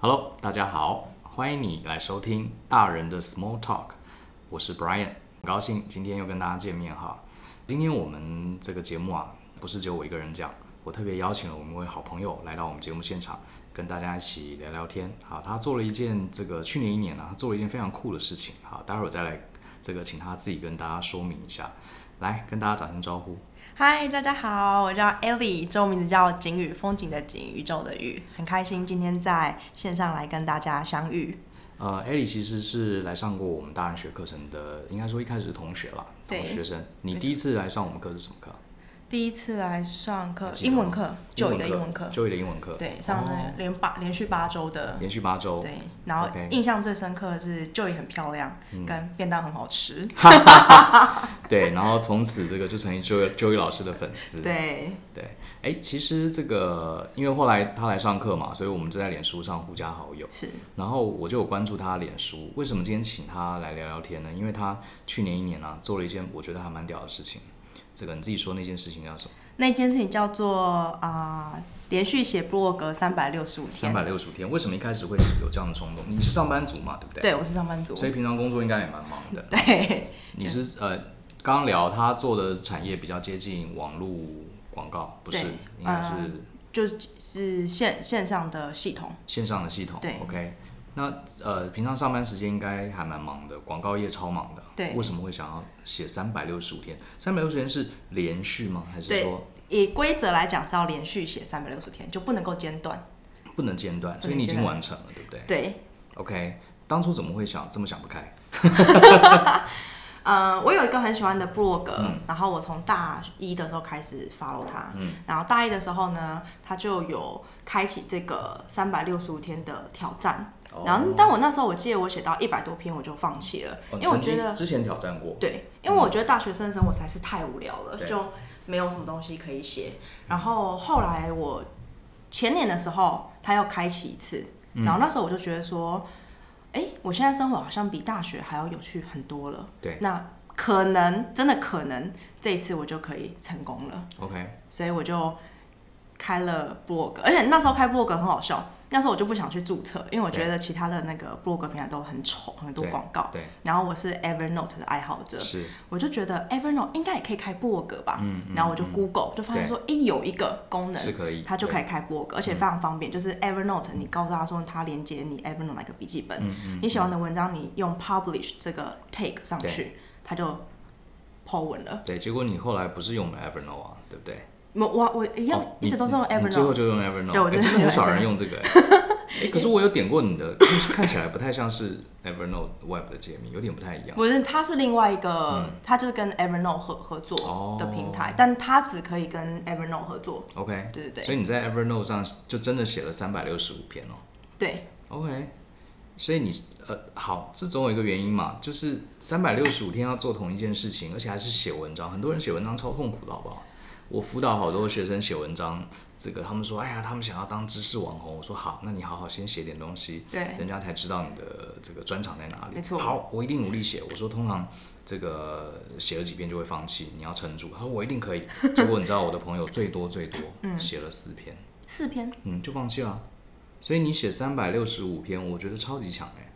Hello，大家好，欢迎你来收听《大人的 Small Talk》，我是 Brian，很高兴今天又跟大家见面哈。今天我们这个节目啊，不是只有我一个人讲，我特别邀请了我们一位好朋友来到我们节目现场，跟大家一起聊聊天。好，他做了一件这个去年一年啊，他做了一件非常酷的事情。好，待会儿再来这个请他自己跟大家说明一下，来跟大家打声招呼。嗨，大家好，我叫 Ellie，中文名字叫景宇，风景的景，宇宙的宇，很开心今天在线上来跟大家相遇。呃，艾莉其实是来上过我们大人学课程的，应该说一开始是同学啦，对同学生。你没错第一次来上我们课是什么课？第一次来上课还，记得哦英吗文课，就你的英文课，就你的英文课，对，上哦了连八连续八周的，连续八周，对，然后 OK 嗯印象最深刻的是就也很漂亮，跟便当很好吃，对，然后从此这个就成为周周一老师的粉丝，对，对，哎，其实这个因为后来他来上课嘛，所以我们就在脸书上互加好友，是然后我就有关注他的脸书。为什么今天请他来聊聊天呢？因为他去年一年啊做了一件我觉得还蛮屌的事情，这个你自己说那件事情叫什么？那件事情叫做啊、连续写部落格三百六十五三天，百六十五天，为什么一开始会有这样的冲动？你是上班族嘛，对不对？对我是上班族，所以平常工作应该也蛮忙 的。对，你是呃，刚刚聊他做的产业比较接近网络广告，不是对？应该是呃就是线线上的系统。线上的系统。对 OK，那呃，平常上班时间应该还蛮忙的，广告业超忙的。对为什么会想要写三百六十五天？三百六十天是连续吗？还是对说以规则来讲是要连续写三百六十天，就不能够间断。不能间断？不所以能你已间经断完成了，对不对对， ？OK，当初怎么会想这么想不开？呃，我有一个很喜欢的部落格，嗯然后我从大一的时候开始 follow 他，然后大一的时候呢，他就有开启这个三百六十五天的挑战。然后，但我那时候我记得我写到一百多篇我就放弃了，哦因为我曾觉经得之前挑战过。嗯对，因为我觉得大学生生活实在是太无聊了，对就没有什么东西可以写。然后后来我前年的时候，他又开启一次，嗯然后那时候我就觉得说，哎、我现在生活好像比大学还要有趣很多了。对那可能真的可能这一次我就可以成功了， OK，所以我就开了 blog，而且那时候开 blog 很好笑。那时候我就不想去注册，因为我觉得其他的那个 blog 平台都很丑，很多对广告。对，然后我是 Evernote 的爱好者，是我就觉得 Evernote 应该也可以开部落格吧，嗯然后我就 Google 就发现说，哎、有一个功是能，可以，它就可对嗯以开部落格，而且非常方便。就是 Evernote，你告诉他说它连接你 Evernote 哪个笔记本，嗯你喜欢的文章，你用 Publish 这个 tag 上去，它就 po 文了。对，结果你后来不是用 Evernote 啊，对不对？我我我一样、哦一直你都是用你最后 Evernote，就用 Evernote，对我诶真的真的很用少人用这 个、哎诶诶可是我有点过你的，就是看起来不太像是 Evernote Web 的界面，有点不太一样。不是，它是另外一嗯个，它就是跟 Evernote 合合作的平哦台，但它只可以跟 Evernote 合作。 OK，对对对所以你在 Evernote 上就真的写了三百六十五篇哦。对， OK，所以你呃好，这总有一个原因嘛，就是三百六十五天要做同一件事情，而且还是写文章。很多人写文章超痛苦的，好不好？我辅导好多学生写文章，这个他们说，哎呀，他们想要当知识网红。我说好，那你好好先写点东西，对人家才知道你的这个专长在哪里。没错好，我一定努力写。我说通常这个写了几篇就会放弃，你要撑住。他说我一定可以。结果你知道我的朋友最多最 多嗯写了四篇，四篇。嗯，就放弃了啊。所以你写三百六十五篇，我觉得超级强哎、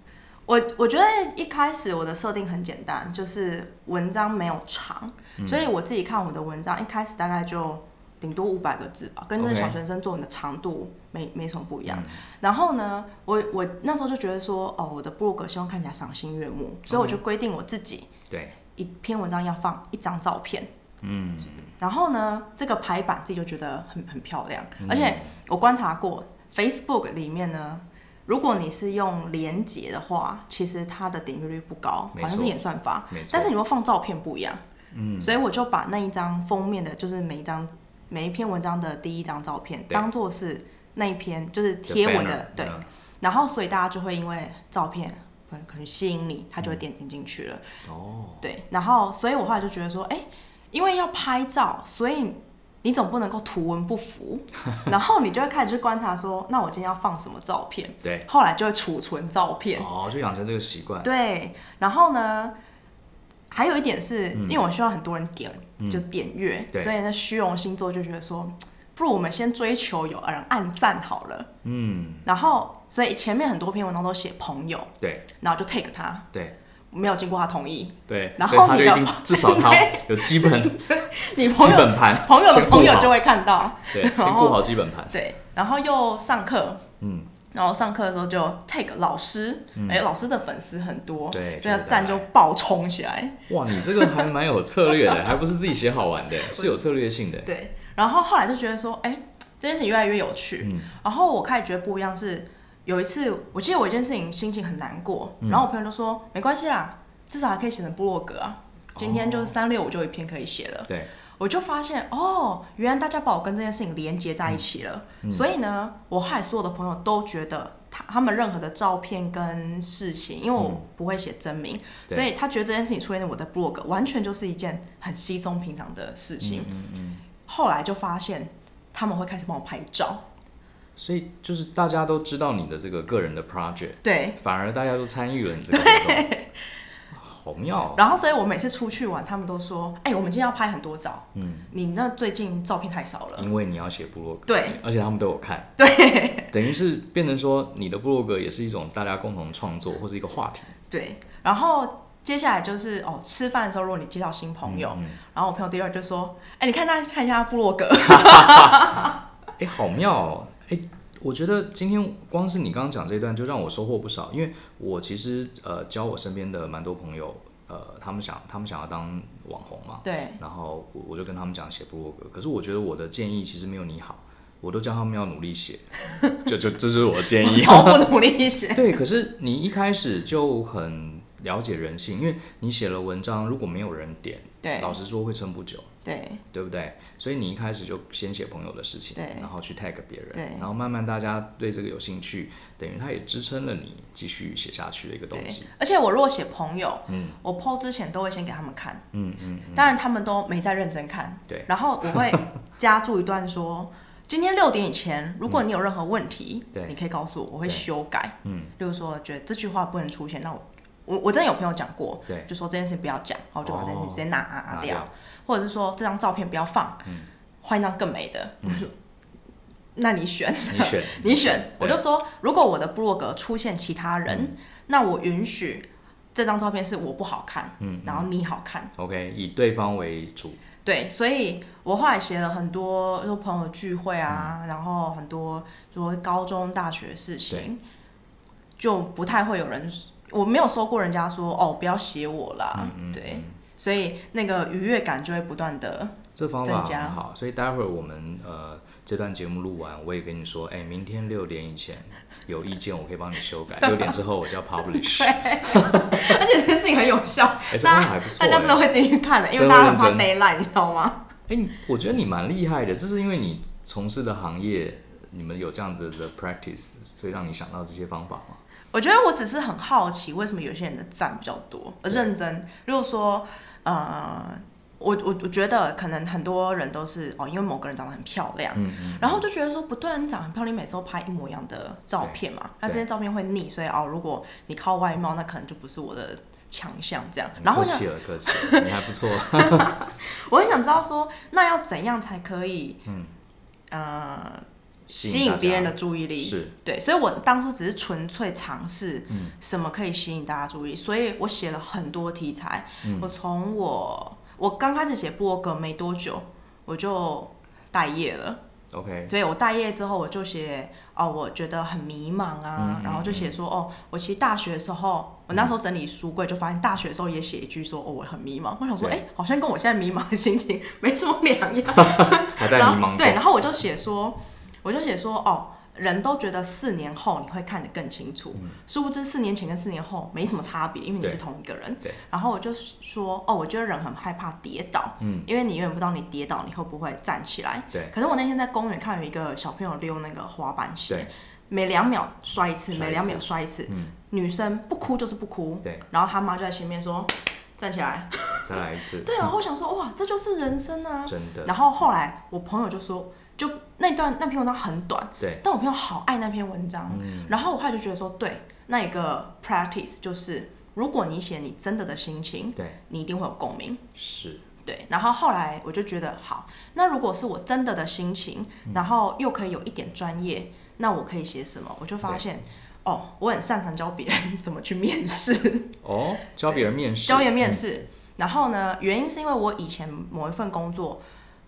我我觉得一开始我的设定很简单，就是文章没有长，所以我自己看我的文章一开始大概就顶多五百个字吧，跟这个 OK 小学生作文的长度没没什么不一样。然后呢，我我那时候就觉得说，哦，我的布洛格希望看起来赏心悦目，所以我就规定我自己对，一篇文章要放一张照片。嗯，然后呢，这个排版自己就觉得很很漂亮，嗯而且我观察过 Facebook 里面呢，如果你是用连结的话，其实它的点阅率不高，没好像是错演算法没错，啊但是你会放照片不一样，嗯，所以我就把那一张封面的，就是每一张每一篇文章的第一张照片，对当做是那一篇就是贴文的 banner，对，嗯然后所以大家就会因为照片可能可能吸引你，他就会点点进去了。哦，对，然后所以我后来就觉得说，哎、因为要拍照，所以你总不能够图文 不符，然后你就会开始去观察说，那我今天要放什么照片，对，后来就会储存照片，哦，就养成这个习惯，对，然后呢，还有一点是、因为我希望很多人点就点阅，嗯对所以呢虚荣心作就觉得说，不如我们先追求有人按赞好了，嗯，然后所以前面很多篇文章都写朋友，对然后就 take 他，对没有经过他 同意，对，然所以后他你就的一定至少他 对有基本基你朋友本盘，朋友的先顾朋友好就会哦看到，对， 先然顾后好基本盘，对，然后又上课，嗯，然后上课的时候就 take 老师，哎、老师的粉丝很多，对所以就会赞带就来爆冲起来。哇，你这个还蛮有策略的，还不是自己写好玩的，是有策略性的，对，然后后来就觉得说，哎、这件事情越来越有趣。嗯然后我开始觉得不一样是，有一次我记得我有一件事情心情很难过，嗯然后我朋友就说没关系啦，至少还可以写成部落格啊。今天哦就是三六五就有一篇可以写了，对，我就发现哦，原来大家把我跟这件事情连接在一起了。嗯所以呢，我害所有的朋友都觉得他他们任何的照片跟事情，因为我嗯不会写真名，对所以他觉得这件事情出现在我的 blog，完全就是一件很稀松平常的事情。嗯嗯，后来就发现他们会开始帮我拍照，所以就是大家都知道你的这个个人的 project，对。反而大家都参与了你这个活动， 好妙哦，然后，所以我每次出去玩，他们都说：“哎、我们今天要拍很多照，嗯，你那最近照片太少了。因为你要写部落格，对，而且他们都有看，对等于是变成说你的部落格也是一种大家共同创作或是一个话题，”对。然后接下来就是哦，吃饭的时候，如果你介绍新朋友，嗯，然后我朋友第二就说：“哎、你看大家看一下部 落格。哎、好妙哦！哎、我觉得今天光是你刚刚讲这段，就让我收获不少。因为我其实呃，教我身边的蛮多朋友，呃，他们想他们想要当网红嘛”，对然后我我就跟他们讲写部落格，可是我觉得我的建议其实没有你好，我都叫他们要努力写， 就就这就是我的建我议。超不努力写。对，可是你一开始就很了解人性，因为你写了文章，如果没有人点， 对老实说会撑不久。对对不对？所以你一开始就先写朋友的事情，对然后去 tag 别人，对然后慢慢大家对这个有兴趣，等于它也支撑了你继续写下去的一个动对机。，而且我如果写朋友，嗯我 PO 之前都会先给他们看，嗯嗯，当然他们都没在认真看。对然后我会加注一段说， 今天六点以前，如果你有任何问题，对你可以告诉我，我会对修改。嗯，例如说，觉得这句话不能出现，那我我我真的有朋友讲过，对哦就说这件事不要讲，然后我就把这件事直接拿拿拿掉，或者是说这张照片不要放，嗯换一张更美的。我说，那你选，你选你选，我嗯对嗯就说，如果我的部落格出现其他人，那我允许这张照片是我不好看，嗯然后你好看， OK，以对方为主，对，所以我后来写了很多，就朋友聚会啊，嗯然后很多说高中、大学的事情，就不太会有人，我没有收过人家说哦，不要写我啦，嗯对，所以那个愉悦感就会不断的，这方法增加很好。所以待会儿我们呃这段节目录完，我也跟你说，哎，明天六点以前有意见，我可以帮你修改。六点之后我就要 publish， 而且这件事情很有效，哎，这大方法家还不错大家真的哎。会进去看的，因为真大家会很怕认 d a y l i g h t 你知道吗？哎，你我觉得你蛮厉害的，这是因为你从事的行业，你们有这样子的 practice，所以让你想到这些方法吗？我觉得我只是很好奇，为什么有些人的赞比较多？呃对认真，如果说，呃，我我我觉得可能很多人都是哦，因为某个人长得很漂亮，嗯嗯然后就觉得说不对啊，你长得很漂亮，你每次都拍一模一样的照片嘛，那这些照片会腻，所以哦，如果你靠外貌，那可能就不是我的强项这样。然后我客想气了，客气了，你还不错。我很想知道说，那要怎样才可以，嗯，呃，吸引大家别人的注意力？ 是对，所以我当初只是纯粹尝试什么可以吸引大家注意，所以我写了很多题材。我从我我刚开始写部落格没多久，我就待业了。 OK，对我待业之后，我就写哦，我觉得很迷茫啊，嗯嗯嗯然后就写说哦，我其实大学的时候，我那时候整理书柜就发现大学的时候也写一句说哦，我很迷茫。我想说，哎、对好像跟我现在迷茫的心情没什么两样。还在然迷后茫对，中。然后我就写说，我就写说，哦，人都觉得四年后你会看得更清楚，殊不知四年前跟四年后没什么差别，因为嗯你对是同一个人。对然后我就说，哦，我觉得人很害怕跌倒，嗯，因为你永远不知道你跌倒你会不会站起来。对可是我那天在公园看有一个小朋友溜那个滑板鞋对，每两秒摔一次，摔一每两次秒摔一次，嗯女生不哭就是不哭。对，然后他妈就在前面说，站 起来。再来一次，对啊，我想说，哇，这就是人生啊。真的然后后来我朋友就说，就那段那篇文章很短，对，嗯但我朋友好爱那篇文章。然后我后来就觉得说，对，那一个 practice 就是，如果你写你真的的心情，对你一定会有共鸣。是，对，然后后来我就觉得好，那如果是我嗯真的的心情，然后又可以有一点专业，那我可以写什么？我就发现哦，我很擅长教别人怎么去面 试，哦，教别人面试，教别人面试。嗯然后呢，原因是因为我以前某一份工作，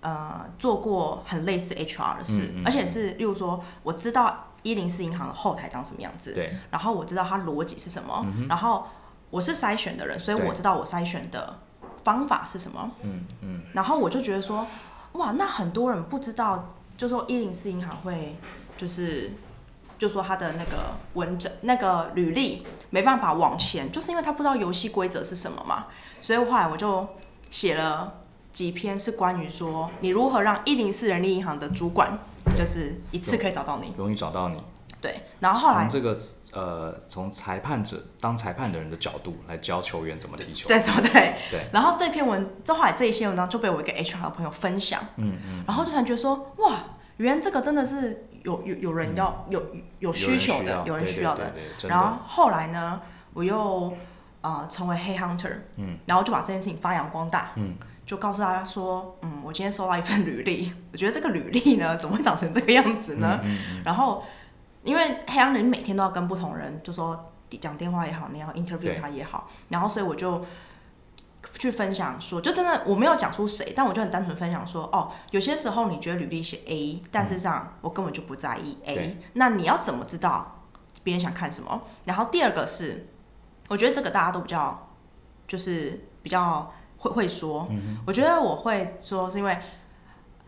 呃，做过很类似 HR 的事，嗯嗯而且是例如说，我知道一零四银行的后台长什么样子，对，然后我知道它逻辑是什么，然后我是筛选的人，所以嗯对我知道我筛选的方法是什么。嗯嗯，然后我就觉得说，哇，那很多人不知道，就说一零四银行会就是。就说他的那个文整那个履历没办法往前，就是因为他不知道游戏规则是什么嘛。所以后来我就写了几篇是关于说你如何让一零四人力银行的主管就是一次可以找到你。容易找到你。对，然后后来从这个呃，从裁判者当裁判的人的角度来教球员怎么踢球。对，怎么对？对然后这篇文，这后来这一些文章就被我一个 HR 的朋友分享，嗯嗯，然后就感觉说，哇，原来这个真的是有有有人要、嗯有有需求的，有人需要的。对，对对对真然的后后来呢，我又呃成为黑 hunter，嗯，然后就把这件事情发扬光大，嗯，就告诉大家说，嗯，我今天收到一份履历， 我觉得这个履历呢，怎么会长成这个样子呢？嗯然后因为黑 hunter 你每天都要跟不同人，就说讲电话也好，你要 interview 对他也好，然后所以我就。去分享说，就真的我没有讲出谁，但我就很单纯分享说，哦，有些时候你觉得履历写 A，但事实上我根本就不在意 A，对那你要怎么知道别人想看什么。然后第二个是，我觉得这个大家都比较，就是比较会会说。嗯我觉得我会说是因为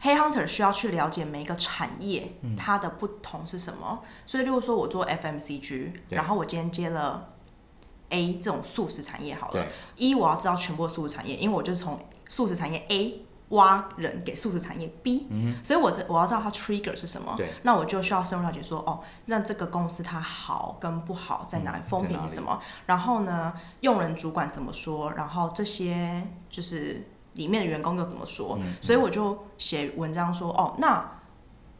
黑 hunter 需要去了解每一个产业嗯它的不同是什么。所以，例如说我做 FMCG，对然后我今天接了 A 这种素食产业好了对，一我要知道全部的素食产业，因为我就是从素食产业 A。挖人给素食产业 B，、所以我知我要知道它 trigger 是什么嗯对，那我就需要深入了解说，哦，那这个公司它好跟不好在哪嗯里，风在哪评里是什么？然后呢，用人主管怎么说？然后这些就是里面的员工又怎么说？嗯所以我就写文章说，哦，那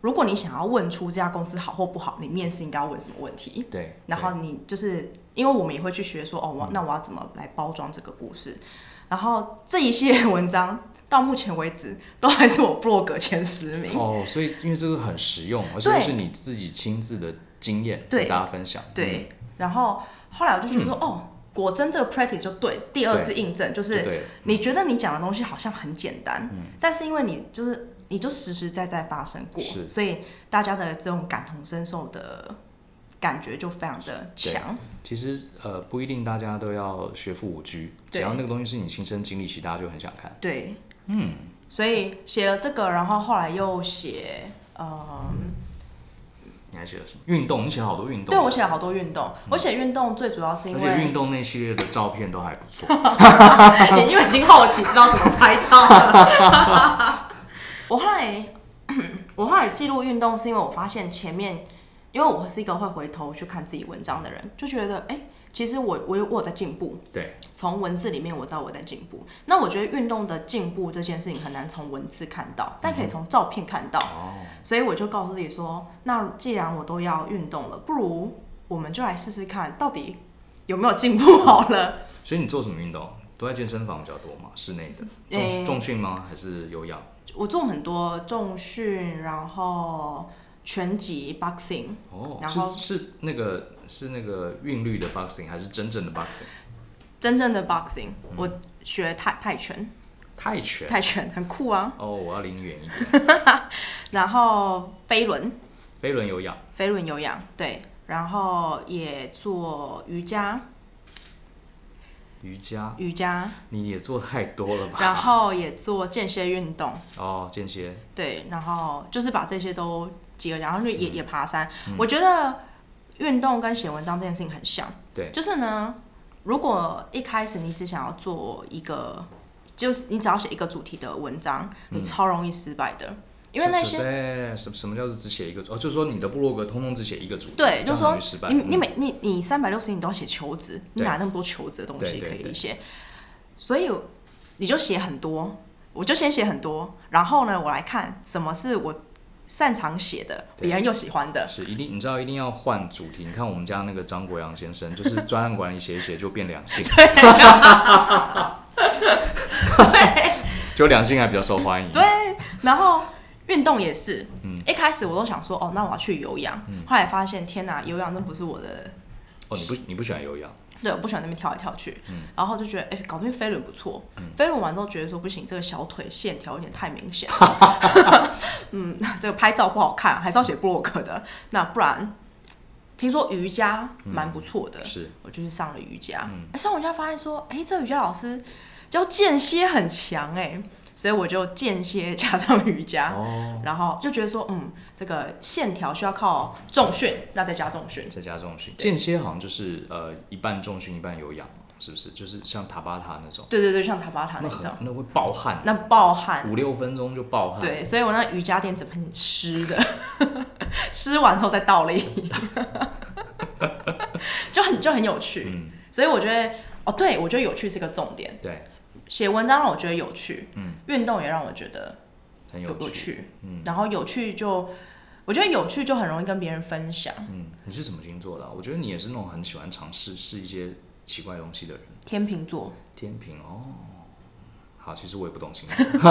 如果你想要问出这家公司好或不好，你面试应该要问什么问题？对，嗯然后你就是因为我们也会去学说，哦，我那我要怎么来包装这个故事？然后这一系列文章到目前为止都还是我 blog 前十名。哦，所以因为这个很实用，而且对这是你自己亲自的经验对跟大家分享。嗯，对，然后后来我就觉得说，哦，果真这个 practice 就对，第二对次印证就就是对了，你觉得你讲的东西好像很简单，嗯但是因为你就是你就实实在在发生过，是所以大家的这种感同身受的感觉就非常的强。其实呃不一定大家都要学富五车，只对要那个东西是你亲身经历，其实大家就很想看。对，嗯，所以写了这个，然后后来又写，嗯，你还写了什么？运动，你写了好多运动。啊嗯对我写了好多运动，我写运动最主要是因而为且运动那系列的照片都还不错。你哎因为已经好奇知道怎么拍照了。 我后来，嗯我后来记录运动是因为我发现前面，因为我是一个会回头去看自己文章的人，就觉得哎、诶其实我我有我有在进步，对，从文字里面我知道我在进步。那我觉得运动的进步这件事情很难从文字看到，但可以从照片看到。哦，所以我就告诉自己说，那既然我都要运动了，不如我们就来试试看到底有没有进步好了。所以你做什么运动？都在健身房比较多嘛，室内的诶重重训吗？还是有氧？我做很多重训，然后拳击、boxing，哦，然后是是那个是那个韵律的 boxing 还是真正的 boxing？真正的 boxing，、我学泰泰拳，泰拳。泰拳很酷啊。哦，我要离你远一点。然后飞轮，飞轮有氧，飞轮有氧，对，然后也做瑜伽，瑜伽，瑜伽，你也做太多了吧？然后也做间歇运动，哦，间歇，对，然后就是把这些都结合，然后也嗯也爬山。我觉得运动跟写文章这件事情很像，对就是呢，如果一开始你只想要做一个，就是你只要写一个主题的文章，你超容易失败的，因为那嗯是些。是什么什么叫做只写一个主？哦，就是说你的部落格通通只写一个主题，对，这就样很容是说易失败。你你嗯每你你三百六十你都要写求职，你对哪那么多求职的东西对对可以对写？所以你就写很多，我就先写很多，然后呢，我来看什么是我擅长写的，对别人又喜欢的，嗯是一定，你知道一定要换主题。你看我们家那个张国阳先生，就是专案管理写一写就变两 性， 就两性还比较受欢迎。对，然后运动嗯也是，一开始我都想说，哦，那我要去有氧，后来发现天哪，有氧那不是我的哦，你不你不喜欢有氧，对，我不喜欢那边跳来跳去，嗯然后就觉得哎、搞定飞轮不错，飞轮完之后觉得说不行，这个小腿线条有点太明显了， 嗯，这个拍照不好看，还是要写布洛克的，那不然。听说瑜伽嗯蛮不错的，是我就去上了瑜伽。嗯哎上瑜伽发现说，哎、这瑜伽老师教间歇很强哎、所以我就间歇加上瑜伽，哦，然后就觉得说，嗯，这个线条需要靠重训，那再加重训。再加重训，间歇好像就是呃一半重训一半有氧，是不是？就是像塔巴塔那种，对对对，像塔巴塔那那种很，那会爆汗，那暴汗。五六分钟就爆汗，，对，所以我那瑜伽垫怎么很湿的， 湿完之后再倒立， 就很就很有趣。嗯，所以我觉得，哦，对我觉得有趣是个重点。对，写文章让我觉得有趣，嗯，运动也让我觉得很有有趣，趣，嗯然后有趣就，我觉得有趣就很容易跟别人分享。嗯，你是什么星座的啊、我觉得你也是那种很喜欢尝试试一些奇怪东西的人。天秤座，天平哦，好，其实我也不懂星座，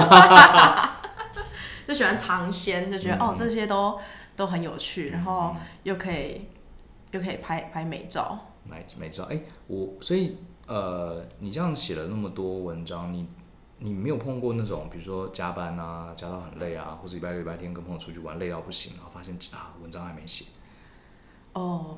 就喜欢尝鲜，就嗯觉得、哦这些都都很有趣，然后又可以又可以拍拍美照。没没知道。哎、我所以呃，你这样写了那么多文章，你你没有碰过那种，比如说加班啊，加到很累啊，或者礼拜六、礼拜天跟朋友出去玩累到不行，然后发现啊文章还没写，哦，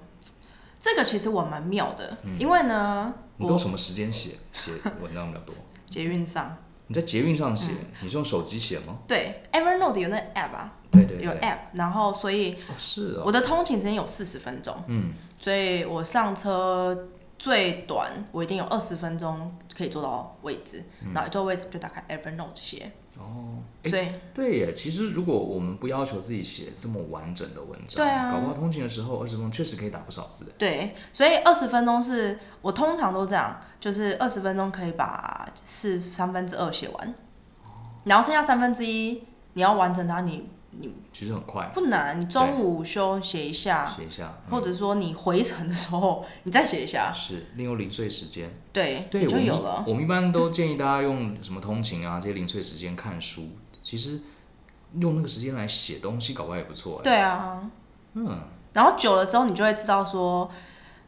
这个其实我蛮妙的，嗯因为呢，你都我什么时间写写文章比较多？捷运上你在捷运上写，你是用手机写吗？对 Evernote 嗯有那 app 啊，对对有对， app，然后所以哦是哦，我的通勤时间有四十分钟，嗯，所以我上车最短我一定有二十分钟可以坐到位置，然后一坐位置我就打开 Evernote 写，嗯哦，哎、所以对耶，其实如果我们不要求自己写这么完整的文章，对啊搞不好通勤的时候二十分钟确实可以打不少字。对，所以二十分钟是我通常都这样，就是二十分钟可以把四三分之二写完，哦然后剩下三分之一你要完成它，你你其实很快，不难，你中午休写一下，写一下，嗯或者说你回程的时候 你再写一下，是利用零碎时间。对，对，啊哎你我就们有了。我们一般都建议大家用什么通勤啊这些零碎时间看书，其实用那个时间来写东西，搞不好也不错。，对啊，嗯，然后久了之后你就会知道说，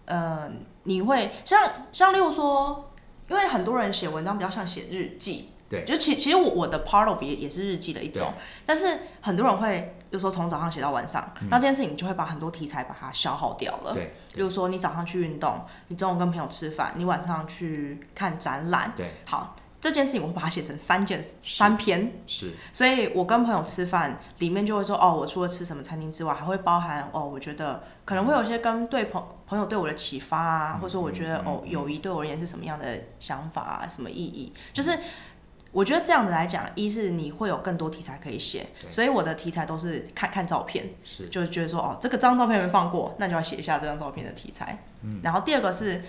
呃，你会像像例如说，因为很多人写文章比较像写日记，对，就其其实我我的 part of 也也是日记的一种，但是很多人会就说从早上写到晚上，那、这件事情你就会把很多题材把它消耗掉了。嗯对，比如说你早上去运动，你中午跟朋友吃饭，你晚上去看展览，对，好。这件事情我会把它写成三件三篇，是，所以我跟朋友吃饭里面就会说，哦，我除了吃什么餐厅之外，还会包含哦，我觉得可能会有一些跟对朋朋友对我的启发嗯啊，或者说我觉得哦，友谊对我而言是什么样的想法啊，什么意义，就是。我觉得这样子来讲，一是你会有更多题材可以写，对所以我的题材都是看看照片，是，就是觉得说哦，这个张照片没放过，那就要写一下这张照片的题材。嗯，然后第二个是，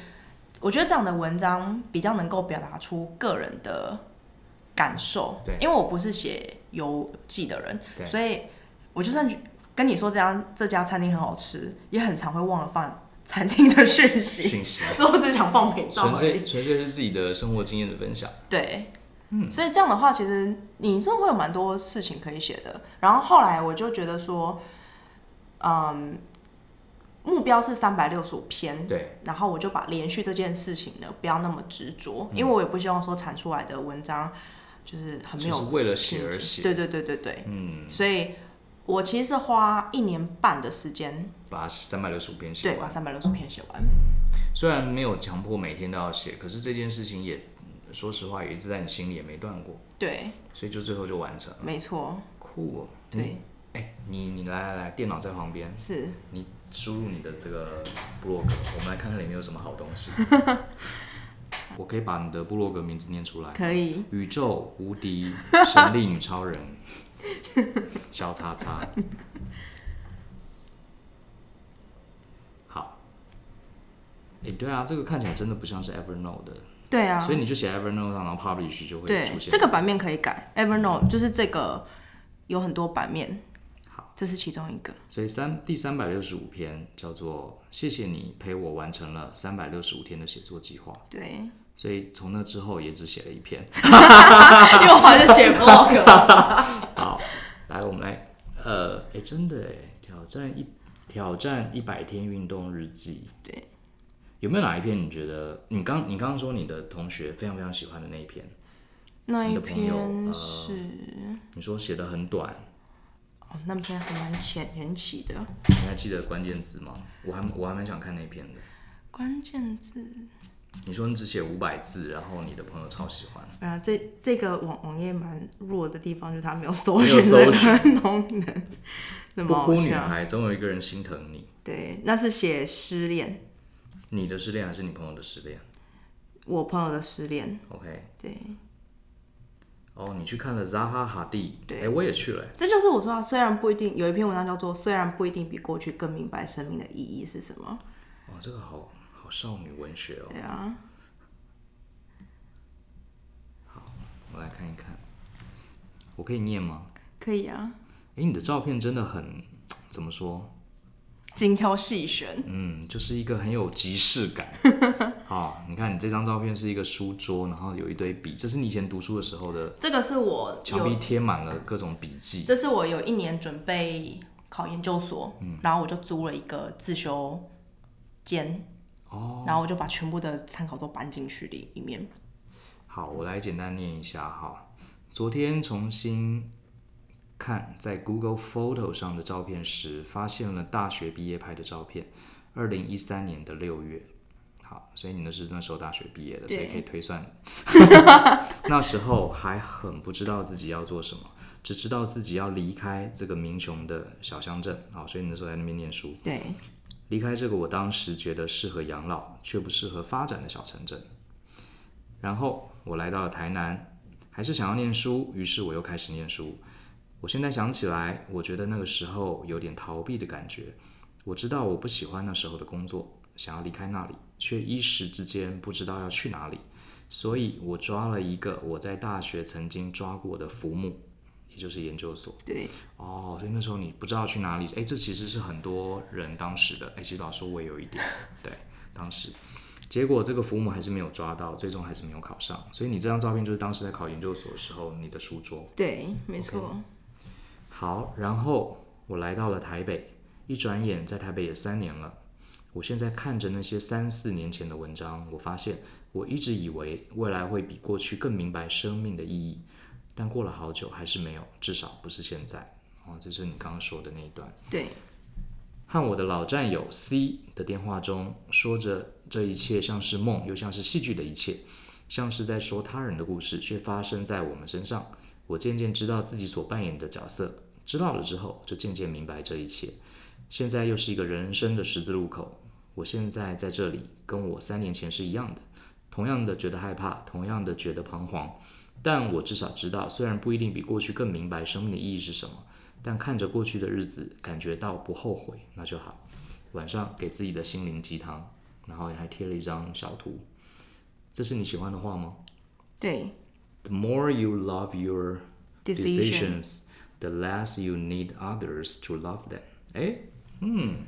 我觉得这样的文章比较能够表达出个人的感受。对因为我不是写游记的人， 对所以我就算跟你说这家这家餐厅很好吃，也很常会忘了放餐厅的讯息， 讯息，所以我只想放美照纯而已粹。纯粹是自己的生活经验的分享。对，嗯所以这样的话，其实你真的会有蛮多事情可以写的。然后后来我就觉得说，嗯，目标是三百六十五篇，对，然后我就把连续这件事情呢，不要那么执着，嗯因为我也不希望说产出来的文章就是很就没是有为了写而兴致写，对对对对对，嗯，所以。我其实是花一年半的时间，把三百六十五篇写对，完把。三百六十篇写完。虽然没有强迫每天都要写，可是这件事情也，嗯说实话，也一直在你心里也没断过，对，所以就最后就完成了。没错，酷哦！对，哎、你你来来来，电脑在旁边，是。你输入你的这个部落格，我们来看看里面有什么好东 西。我可以把你的部落格名字念出来吗。可以宇宙无敌 神力女超人，小叉叉。好，哎、对啊，这个看起来真的不像是 Evernote 的，对啊，所以你就写 Evernote 上，然后 publish 就会对出，现。嗯这个版面可以改。Evernote 就是这个有很多版面，好，这是其中一个。所以三第三百六十五篇叫做“谢谢你陪我完成了三百六十五天的写作计划对，”， 所以从那之后也只写了一篇。因为我还是写 blog。好，来我们来，呃，哎，真的哎，挑战一挑战一百天运动日记，对，有没有哪一篇你觉得你刚你刚刚说你的同学非常非常喜欢的那一篇？那你一的朋友篇呃是、你说写的很短，哦，那篇还蛮前缘起的，你还记得关键字吗？我还我还蛮想看那篇的。关键字你说你只写五百字，然后你的朋友超喜欢，啊，这这个网网页蛮弱的地方就是它没有搜没寻有搜的寻 功能，那不么好哭啊女笑。孩总有一个人心疼你。对，那是写失恋，你的失恋还是你朋友的失恋我朋友的失恋。 ？OK，对，哦，你去看了扎哈哈蒂，对哎，我也去了，诶这就是我说啊，虽然不一定有一篇文章叫做“虽然不一定比过去更明白生命的意义是什么哇，哦这个好好少女文学”。哦。对啊，我来看一看，我可以念吗？可以啊，哎，你的照片真的很怎么说？精挑细选。嗯，就是一个很有即视感 啊！你看你这张照片是一个书桌，然后有一堆笔，这是你以前读书的时候的这个是我墙壁有，贴满了各种笔记。这是我有一年准备考研究所，嗯然后我就租了一个自修间，哦，然后我就把全部的参考都搬进去里里面。好，我来简单念一下哈。昨天重新看在 Google Photo 上的照片时，发现了大学毕业拍的照片，二零一三年的六月。好，所以你那是那时候大学毕业的，所以对可以推算。 那时候还很不知道自己要做什么，只知道自己要离开这个民雄的小乡镇啊，好所以你那时候在那边念书。对，离开这个我当时觉得适合养老却不适合发展的小城镇。然后我来到了台南，还是想要念书，于是我又开始念书。我现在想起来，我觉得那个时候有点逃避的感觉。我知道我不喜欢那时候的工作，想要离开那里，却一时之间不知道要去哪里，所以我抓了一个我在大学曾经抓过的浮木，也就是研究所。对，哦，所以那时候你不知道去哪里，哎，这其实是很多人当时的，哎，其实老师我也有一点，对，当时，结果这个父母还是没有抓到，最终还是没有考上，所以你这张照片就是当时在考研究所的时候你的书桌。对，没错。好，然后我来到了台北，一转眼在台北也三年了。我现在看着那些三四年前的文章，我发现我一直以为未来会比过去更明白生命的意义，但过了好久还是没有，至少不是现在。哦，这是你刚刚说的那一段。对，和我的老战友 C 的电话中，说着这一切像是梦，又像是戏剧的一切，像是在说他人的故事，却发生在我们身上。我渐渐知道自己所扮演的角色，知道了之后，就渐渐明白这一切。现在又是一个人生的十字路口，我现在在这里，跟我三年前是一样的，同样的觉得害怕，同样的觉得彷徨，但我至少知道，虽然不一定比过去更明白生命的意义是什么。但看着过去的日子，感觉到不后悔，那就好。晚上给自己的心灵鸡汤，然后还贴了一张小图，这是你喜欢的话吗对？The more you love your ，decision， decisions, the less you need others to love them。哎，嗯，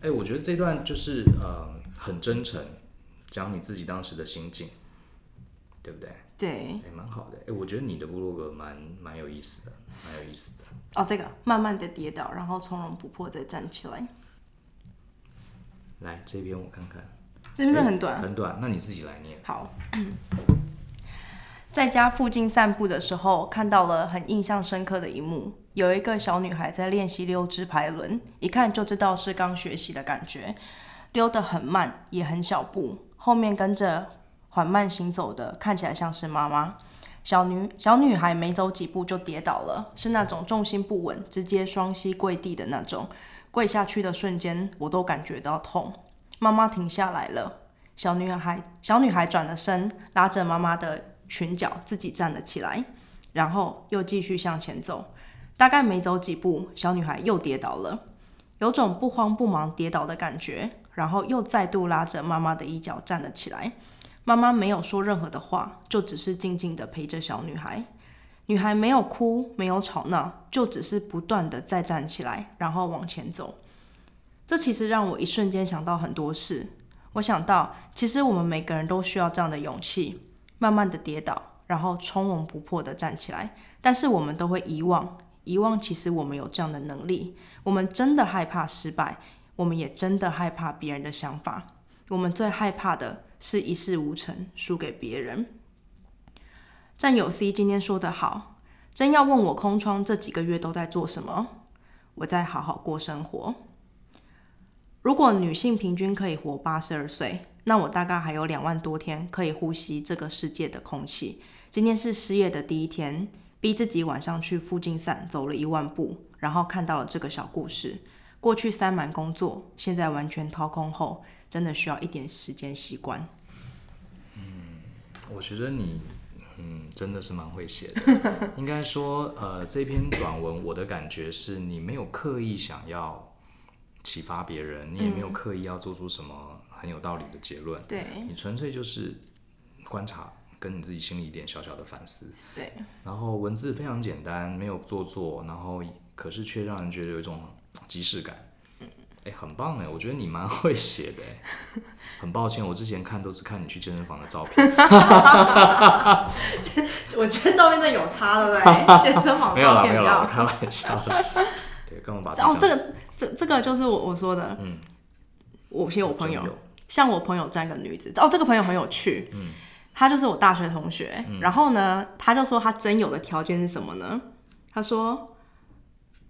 哎，我觉得这段就是呃很真诚，讲你自己当时的心境，对不对？对，哎，蛮好的。哎，我觉得你的部落格蛮蛮有意思的，蛮有意思的。哦，这个慢慢的跌倒，然后从容不迫再站起哎来，来这边我看看。这边是很短啊，很短，那你自己来念。好， 在家附近散步的时候，看到了很印象深刻的一幕，有一个小女孩在练习溜直排轮，一看就知道是刚学习的感觉，溜得很慢，也很小步，后面跟着缓慢行走的，看起来像是妈妈。小女小女孩没走几步就跌倒了，是那种重心不稳，直接双膝跪地的那种。跪下去的瞬间，我都感觉到痛。妈妈停下来了，小女孩小女孩转了身，拉着妈妈的裙角，自己站了起来，然后又继续向前走。大概没走几步，小女孩又跌倒了，有种不慌不忙跌倒的感觉，然后又再度拉着妈妈的衣角站了起来。妈妈没有说任何的话，就只是静静的陪着小女孩。女孩没有哭，没有吵闹，就只是不断的再站起来，然后往前走。这其实让我一瞬间想到很多事，我想到，其实我们每个人都需要这样的勇气，慢慢的跌倒，然后从容不迫的站起来。但是我们都会遗忘，遗忘其实我们有这样的能力。我们真的害怕失败，我们也真的害怕别人的想法。我们最害怕的是一事无成，输给别人。战友 C 今天说得好，真要问我空窗这几个月都在做什么，我在好好过生活。如果女性平均可以活八十二岁，那我大概还有两万多天可以呼吸这个世界的空气。今天是失业的第一天，逼自己晚上去附近散走了一万步，然后看到了这个小故事。过去塞满工作，现在完全掏空后，真的需要一点时间习惯。我觉得你，嗯，真的是蛮会写 的。应该说，呃，这篇短文我的感觉是你没有刻意想要启发别人，你也没有刻意要做出什么很有道理的结论，对你纯粹就是观察，跟你自己心里一点小小的反思。对，然后文字非常简单，没有做作，然后可是却让人觉得有一种即视感。哎，很棒哎，我觉得你蛮会写的哎。 很抱歉，我之前看都是看你去健身房的照 片，我觉得照片真的有差，对不 对？健身房没有照啦，片没有比啦，较我开玩笑的。对，跟我把自己哦，讲这个这这个就是我我说的，嗯，我其实我朋友真有像我朋友这样一个女子，哦，这个朋友很有趣，嗯，她就是我大学同学，嗯然后呢，她就说她真有的条件是什么呢？她说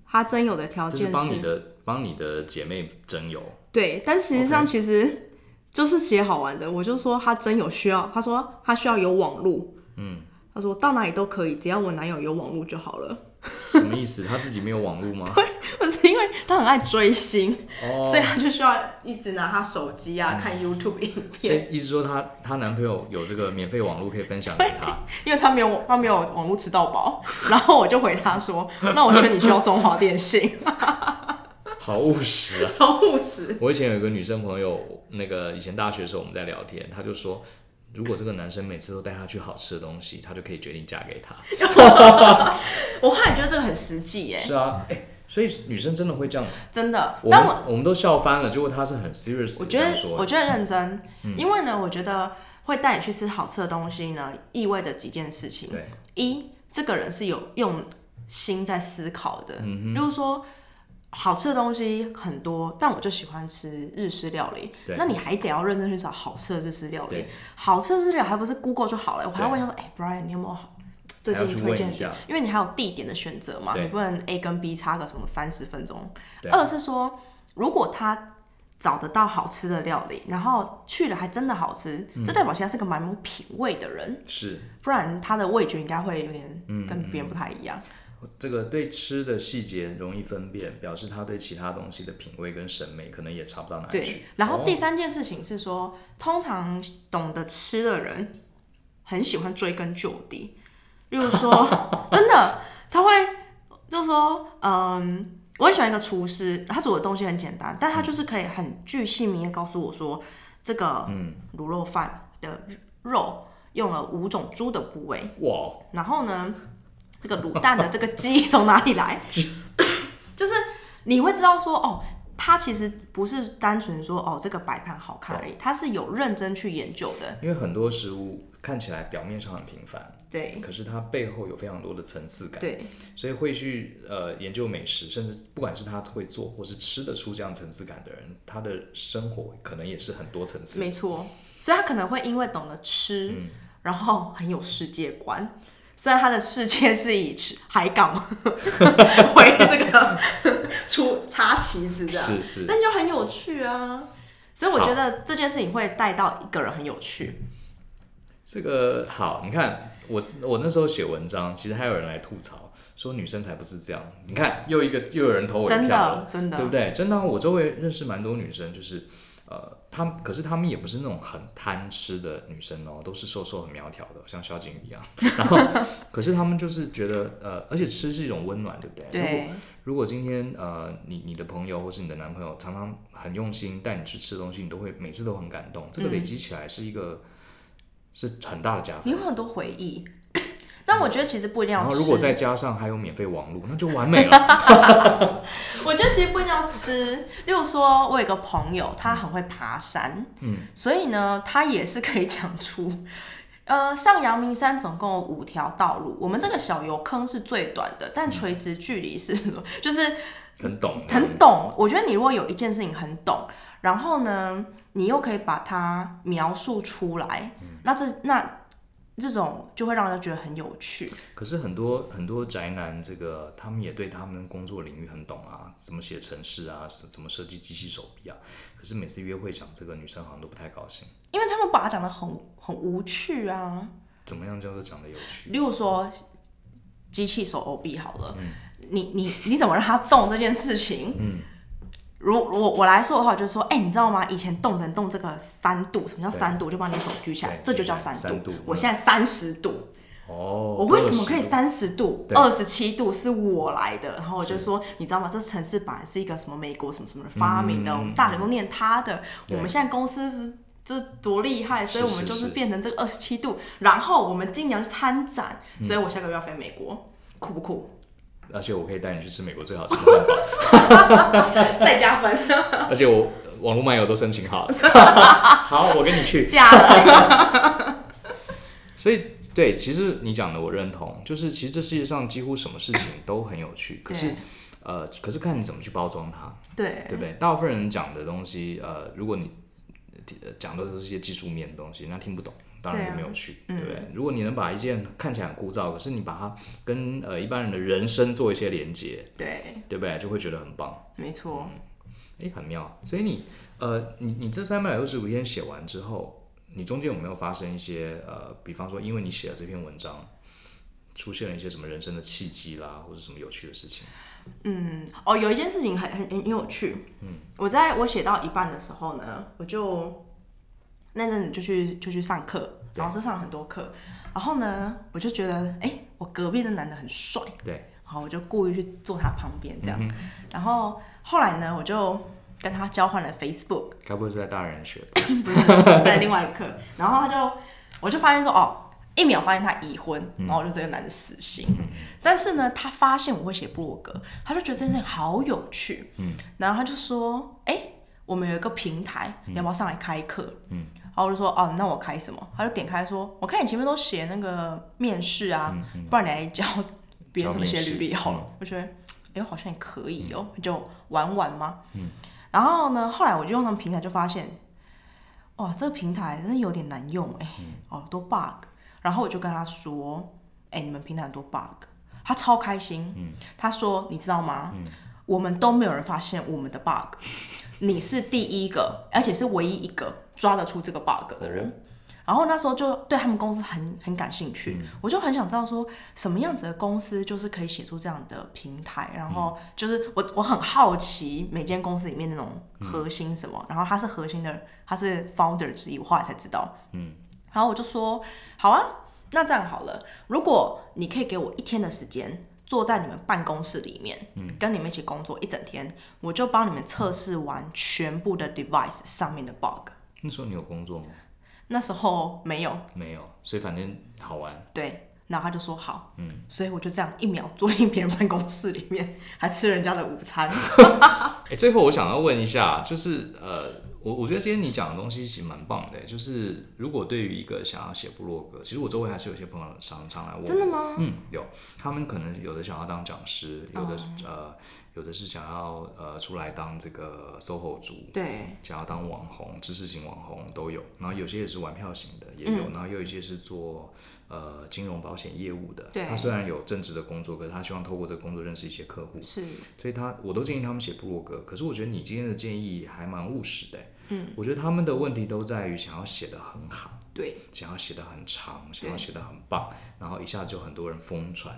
她真有的条这件是帮你的帮你的姐妹征友，对，但实际上其实就是写好玩的。我就说他真有需要，他说他需要有网路，嗯，他说到哪里都可以，只要我男友有网路就好了。什么意思？她自己没有网络吗？ 不是因为他很爱追星，哦，嗯所以他就需要一直拿他手机啊、看 YouTube 影所片，以意思说她她男朋友有这个免费网络可以分享给她。因为他没有他没有网路吃到饱。 然后我就回他说， 那我觉得你需要中华 电信，好务实啊！超务实。我以前有一个女生朋友，那个以前大学的时候我们在聊天，她就说，如果这个男生每次都带她去好吃的东西，她就可以决定嫁给他。我后来觉得这个很实际耶，是啊，哎、所以女生真的会这样，真的。我但们我我们都笑翻了，结果她是很 serious 我的觉这得样说嗯我的。觉得认真，因为呢，我觉得会带你去吃好吃的东西呢，意味着几件事情。对，一，这个人是有用心在思考的，嗯例如说。好吃的东西很多，但我就喜欢吃日式料理。对那你还得要认真去找好吃的日式料理对。好吃的日式料理还不是 Google 就好了，我还要对问他说：“哎、b r i a n 你有没有好最还要近去推荐问一下的？因为你还有地点的选择嘛，对你不能 A 跟 B 差个什么三十分钟。对啊二是说，如果他找得到好吃的料理，然后去了还真的好吃，嗯这代表其实他是个蛮有品味的人，是不然他的味觉应该会有点嗯跟别人不太一样。这个对吃的细节容易分辨，表示她对其他东西的品味跟审美可能也差不到哪里去对。，然后第哦三件事情是说，通常懂得吃的人很喜欢追根究底，例 如说，真的他会就说，嗯。我很喜欢一个厨师，他煮的东西很简单，但他就是可以很具细明的告诉我说，这个嗯卤肉饭的肉用了五种猪的部位，哇，哦然后呢，这个卤蛋的这个鸡 从哪里来？就是你会知道说，哦，它其实不是单纯说哦这个摆盘好看而已，它是有认真去研究的。因为很多食物看起来表面上很平凡，对可是它背后有非常多的层次感。对所以会去呃研究美食，甚至不管是他会做或是吃得出这样层次感的人，他的生活可能也是很多层次。没错，所以他可能会因为懂得吃，然后很有世界观。虽然他的世界是以吃 海港为这个 出插旗子的，是是，但就很有趣啊。所以我觉得这件事情会带到一个人很有趣。这个好，你看我我那时候写文章，其实还有人来吐槽说女生才不是这样。你看又一个又有人投我一真票了，的，真的，对不对？真的啊、我周围认识蛮多女生，就是呃，她们可是她们也不是那种很贪吃的女生哦，都是瘦瘦很苗条的，像萧敬一样。 然后，可是她们就是觉得呃，而且吃是一种温暖，对不对？如果对，如果今天呃，你你的朋友或是你的男朋友常常很用心带你去吃东西，你都会每次都很感嗯动，这个累积起来是一个、是很大的加你分有。很多回忆。 但我觉得其实不一定然要后吃，如果再加上还有免费网络，那就完美 了。我觉得其实不一定要吃。例如说，我有一个朋友，他很会爬山，嗯，所以呢，他也是可以讲出，呃，上阳明山总共有嗯五 条道路，我们这个小油坑是最短的，但垂直距离是，就是很懂的，很懂。我觉得你如果有一件事情很懂，然后呢，你又可以把它描述出来，嗯那这那这种就会让人觉得很有趣。可是很多很多宅男，这个他们也对他们工作领域很懂啊，怎么写程式啊，是怎么设计机器手臂啊。可是每次约会讲这个，女生好像都不太高兴。因为他们把它讲的很很无趣啊。怎么样叫做讲的有趣？例如说，机器手 O B 好了，你你你怎么让它动这件事情？嗯，如我我来说的话，我就说，哎、你知道吗？以前动能动这个三度，什么叫三度？我就把你手举起来对，这就叫三三度嗯我现在三十度，哦，我为什么20可以三十度？对二十七度是我来的，然后我就说，你知道吗？这城市本来是一个什么美国什么什么人发明的，嗯我们大学都念他的，对我们现在公司。就是多厉害，所以是我们就是是是变成这个二十七度，然后我们今年要去参展，嗯所以我下个月要飞美国，酷不酷？ 而且我可以带你去吃美国最好吃的汉堡，再加分， 而且我网络漫游都申请好了。好，我跟你去。加了。 所以对，其实你讲的我认同，就是其实这世界上几乎什么事情都很有趣，可是对呃，可是看你怎么去包装它，对对不对？大部分人讲的东西，呃，如果你呃讲的都是一些技术面的东西，人家听不懂。当然对就啊没有趣，对,、不对？如果你能把一件看起来很枯燥，可是你把它跟呃一般人的人生做一些连接，对，对不对？就会觉得很棒。没错。诶，很妙。所以你呃，你你这三百六十五天写完之后，你中间有没有发生一些呃，比方说因为你写了这篇文章，出现了一些什么人生的契机啦，或者什么有趣的事情？嗯，哦，有一件事情很很很有趣。嗯，我在我写到一半的时候呢，我就那阵子就去就去上课，对然后是上了很多课，然后呢，我就觉得，哎、我隔壁的男的很帅，对，然后我就故意去坐他旁边这样。然后后来呢，我就跟他交换了 Facebook，该不会是在大人学吧？不是在另外一课，然后他就我就发现说哦。一秒发现他已婚，然后我就这个男的死心。但是呢，他发现我会写布落格，他就觉得这件事情好有趣。嗯，然后他就说：“哎、我们有一个平台，你要不要上来开课？”嗯，然后我就说：“哦，那我开什么？”他就点开说：“我看你前面都写那个面试啊，不然你来教别人怎么写履历好了。教面我觉得，哎、好像也可以哦、就玩玩嘛。嗯，然后呢，后来我就用他们平台就发现，哇，这个平台真的有点难用哎、好多 bug。然后我就跟他说，哎、你们平台很多 bug。他超开心，他说，你知道吗？我们都没有人发现我们的 bug，你是第一个，而且是唯一一个抓得出这个 bug 的人。然后那时候就对他们公司很很感兴趣，我就很想知道说什么样子的公司就是可以写出这样的平台，然后就是我我很好奇每间公司里面那种核心什么，然后他是核心的，他是 founder 之一，我后来才知道，嗯，然后我就说好啊，那这样好了，如果你可以给我一天的时间。坐在你们办公室里面，嗯，跟你们一起工作一整天，我就帮你们测试完全部的 device 上面的 bug。那时候你有工作吗？那时候没有，没有，所以反正好玩。对，然后他就说好，嗯，所以我就这样一秒坐进别人办公室里面， 还吃人家的午餐。哎，最后我想要问一下，就是呃，我我觉得今天你讲的东西其实蛮棒的，就是如果对于一个想要写部落格，其实我周围还是有些朋友常常来问我，真的吗？嗯，有，他们可能有的想要当讲师，有的、是呃，有的是想要呃出来当这个 SOHO 族，对，想要当网红、知识型网红都有，然后有些也是玩票型的也有，然后又有一些是做呃金融保险业务的，对他虽然有正职的工作，可是他希望透过这个工作认识一些客户，是，所以他我都建议他们写部落格。可是我觉得你今天的建议还蛮务实的，嗯，我觉得他们的问题都在于想要写的很好。对，想要写的很长，想要对写的很棒，然后一下就很多人疯传，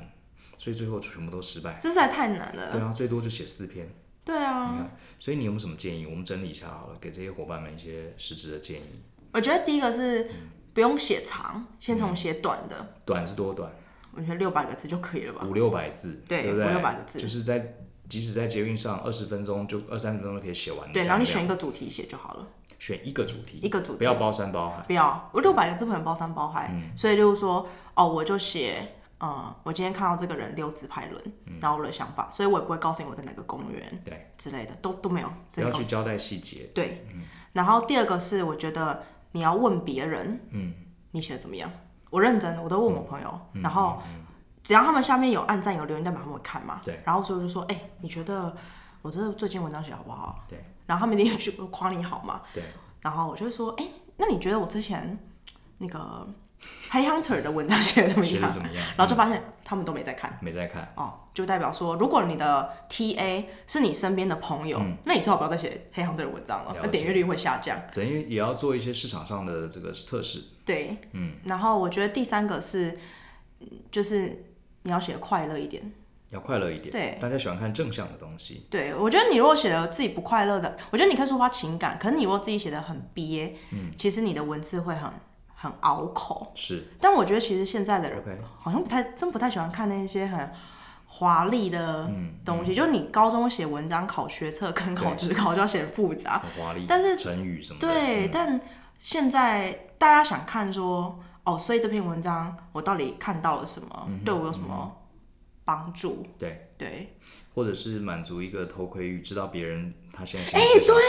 所以最后全部都失败。这实在太难对了。啊，最多就写四篇。对你啊，看，所以你有没有什么建议？我们整理一下好了，给这些伙伴们一些实质的建议。我觉得第一个是不用写长，先从写短的，短是多短？我觉得六百个字就可以了吧。五六百字，对不对？五六百个字就是在即使在捷运上二十分钟就二三十分钟就可以写完的这对，样量。然后你选一个主题写就好了，选一个主题，一个主不题。要包山包海。不要，我六百个字不能包山包海，嗯所以就是说，哦，我就写，嗯，我今天看到这个人溜直排轮，然后我的想法，所以我也不会告诉你我在哪个公园嗯对，之类的，都都没有，不只要去交代细节。对，然后第二个是我觉得你要问别人，嗯，你写的怎么样？我认真，我都问我朋友，嗯然后只要他们下面有按赞有留言，代表他们会看嘛。对，然后所以我就说，哎、你觉得我这最近文章写好不好？对然后他们一定去夸你好嘛，对，然后我就会说，哎、那你觉得我之前那个黑 hunter 的文章写的 怎么写样的？怎么样？然后就发现他们都没在看。没在看，哦，就代表说，如果你的 TA 是你身边的朋友，那你最好不要再写黑行者的文章了，嗯了解那点阅率会下降。等于也要做一些市场上的这个测试。对，嗯。然后我觉得第三个是，嗯就是你要写快乐一点。要快乐一点，对，大家喜欢看正向的东西，对，我觉得你如果写的自己不快乐的，我觉得你可以抒发情感，可是你如果自己写的很憋，嗯，其实你的文字会很很拗口。是但我觉得其实现在的人 OK，好像不太真不太喜欢看那些很华丽的嗯东西，就是你高中写文章、考学测跟考职考就要写很复杂，很华丽，但是成语什么的，嗯对。但现在大家想看说，哦，所以这篇文章我到底看到了什么，嗯对我有什么帮助？对，对，或者是满足一个偷窥欲，知道别人他现在心哎里在想什么，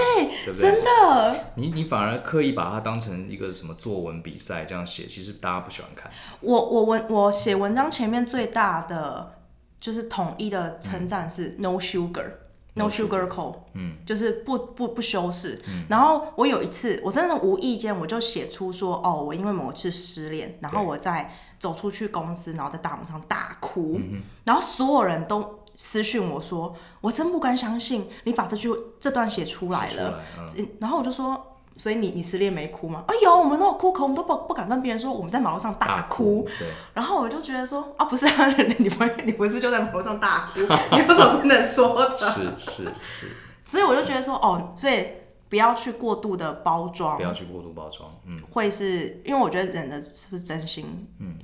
对不对？真的，你你反而刻意把它当成一个什么作文比赛这样写，其实大家不喜欢看。我我文我写文章前面最大的就是统一的称赞是 no sugar。 No 嗯 No sugar coat，嗯，就是不不不修饰。然后我有一次，我真的无意间我就写出说，哦，我因为某次失恋，然后我在走出去公司，然后在大马上大哭，然后所有人都私讯我说，我真不敢相信你把这句这段写出来写了出。来，嗯，嗯然后我就说，所以你你失恋没哭吗？哎有，我们都有哭，可我们都不不敢跟别人说我们在马路上大哭。，对，然后我就觉得说，啊，不是啊， 你不会，你不是就在马路上大哭，你有什么不能说的？ 是是是， 所以我就觉得说，哦，所以不要去过度的包装不，要去过度包装，嗯，会是因为我觉得人的是不是真心，嗯，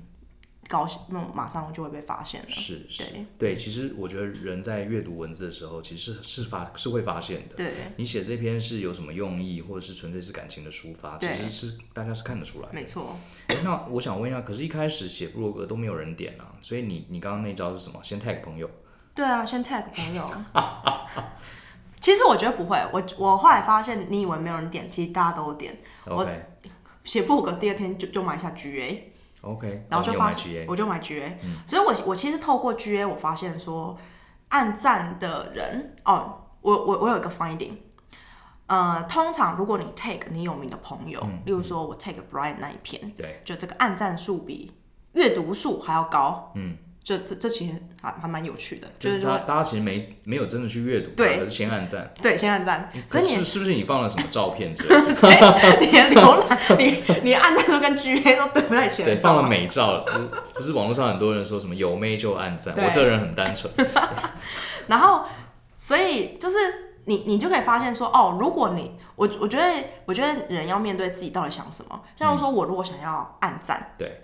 高兴，那种马上就会被发现了。是是对，对，其实我觉得人在阅读文字的时候，其实是是发是会发现的。对你写这篇是有什么用意，或者是纯粹是感情的抒发，其对实是大家是看得出来的。没错，诶那我想问一下，可是一开始写部落格都没有人点啊，所以你你刚刚那招是什么？先 tag 朋友，对啊，先 tag 朋友。 其实我觉得不会，我我后来发现，你以为没有人点，其实大家都有点。我 OK 写布格第二天就就买下 GA， OK，然后就哦有发买嗯现、 GA，我就买 GA，、所以我我其实透过 GA 我发现说，按赞的人哦，我我我有一个 finding，呃，通常如果你 take 你有名的朋友，嗯例如说我 take Brian 那一篇，对，就这个按赞数比阅读数还要高，嗯，这这这其实还还蛮有趣的，就是是说他大家其实没没有真的去阅读它，对可是先按赞。对，先按赞，所可以你是是不是你放了什么照片之 类的？你的 浏览，你你按赞数跟 GA 都对不太起来，对，放了美照，就是不是网络上很多人说什么有妹就按赞，对我这人很单纯，然后，所以就是你，你就可以发现说，哦，如果你，我我觉得，我觉得人要面对自己到底想什么。像说，我如果想要暗赞，对，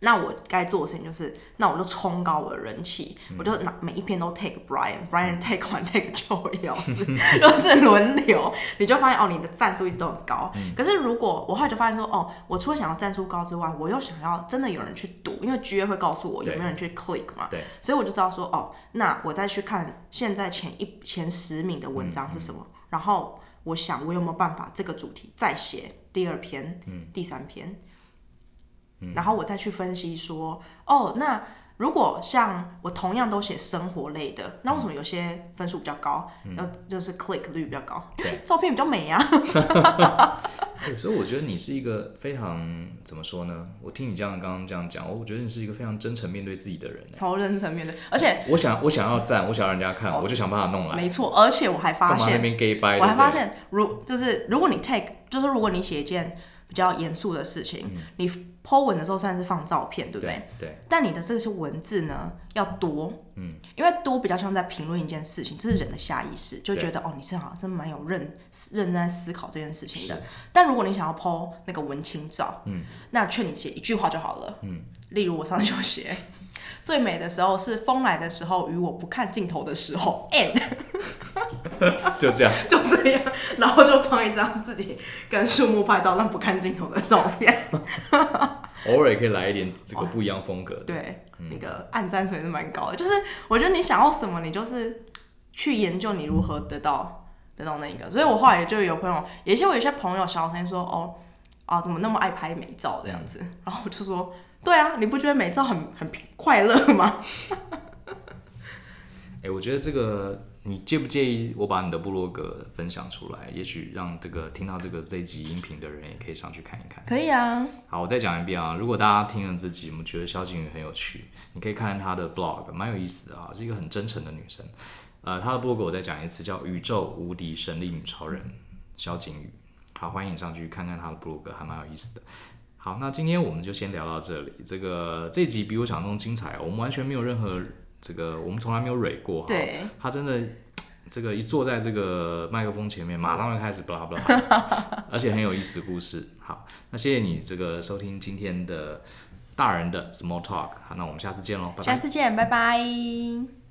那我该做的事情就是，那我就冲高我的人气，我就拿每一篇都 take Brian，Brian take 完 take Joey 老师，就是轮流，你就发现哦，你的赞数一直都很高。可是如果我后来就发现说，哦，我除了想要赞数高之外，我又想要真的有人去读，因为 G A 会告诉我有对没有人去 click 嘛，对，所以我就知道说，哦，那我再去看现在前一前十名的文章是什么，然后我想我有没有办法这个主题再写第二篇、第三篇，嗯然后我再去分析说，哦，那如果像我同样都写生活类的，那为什么有些分数比较高，然后就是 click 率比较高嗯对， 照片比较美啊？ 对，所以我觉得你是一个非常怎么说呢？我听你这样刚刚这样讲，我觉得你是一个非常真诚面对自己的人。超认真面对，而且我想我想要赞，我想让人家看，我就想办法弄来，没错，而且我还哦发干嘛那现，边 gay 掰？我还对不发对现，如就是如果你 take，就是如果你写一件比较严肃的事情，嗯你 po 文的时候虽然是放照片，对不对？对对但你的这些文字呢要多，嗯，因为多比较像在评论一件事情，这是人的下意识就觉得哦，你是好像真蛮有认认真在思考这件事情的。但如果你想要 PO 那个文青照，嗯，那劝你写一句话就好了，嗯，例如我上次就写。最美的时候是风来的时候，与我不看镜头的时候，and 就 这样。就这样，然后就放一张自己跟树木拍照但不看镜头的照片。偶尔也可以来一点这个不一样风格的。嗯对，那个按赞水是蛮高的，就是我觉得你想要什么，你就是去研究你如何得到得到那一个。所以我后来就有朋友，也是我有些朋友小声说哦啊怎么那么爱拍美照这样子，嗯然后我就说对啊，你不觉得美照很很快乐吗？哎、我觉得这个你介不介意我把你的部落格分享出来？也许让这个听到这个这一集音频的人也可以上去看一看。 可以啊，好，我再讲一遍啊！如果大家听了这集，我们觉得萧敬宇很有趣，你可以看看她的 blog，蛮有意思的啊，是一个很真诚的女生。呃，她的 blog 我再讲一次，叫《宇宙无敌神力女超人》萧敬宇。好，欢迎你上去看看她的 blog，还蛮有意思的。好，那今天我们就先聊到这里。这个这集比我想象中精彩哦，我们完全没有任何这个，我们从来没有蕊过 哈。对，他真的这个一坐在这个麦克风前面，马上就开始 blah blah，而 且很有意思的故事。好，那谢谢你这个收听今天的大人的 small talk，好，那我们下次见喽，拜拜下。次见，拜拜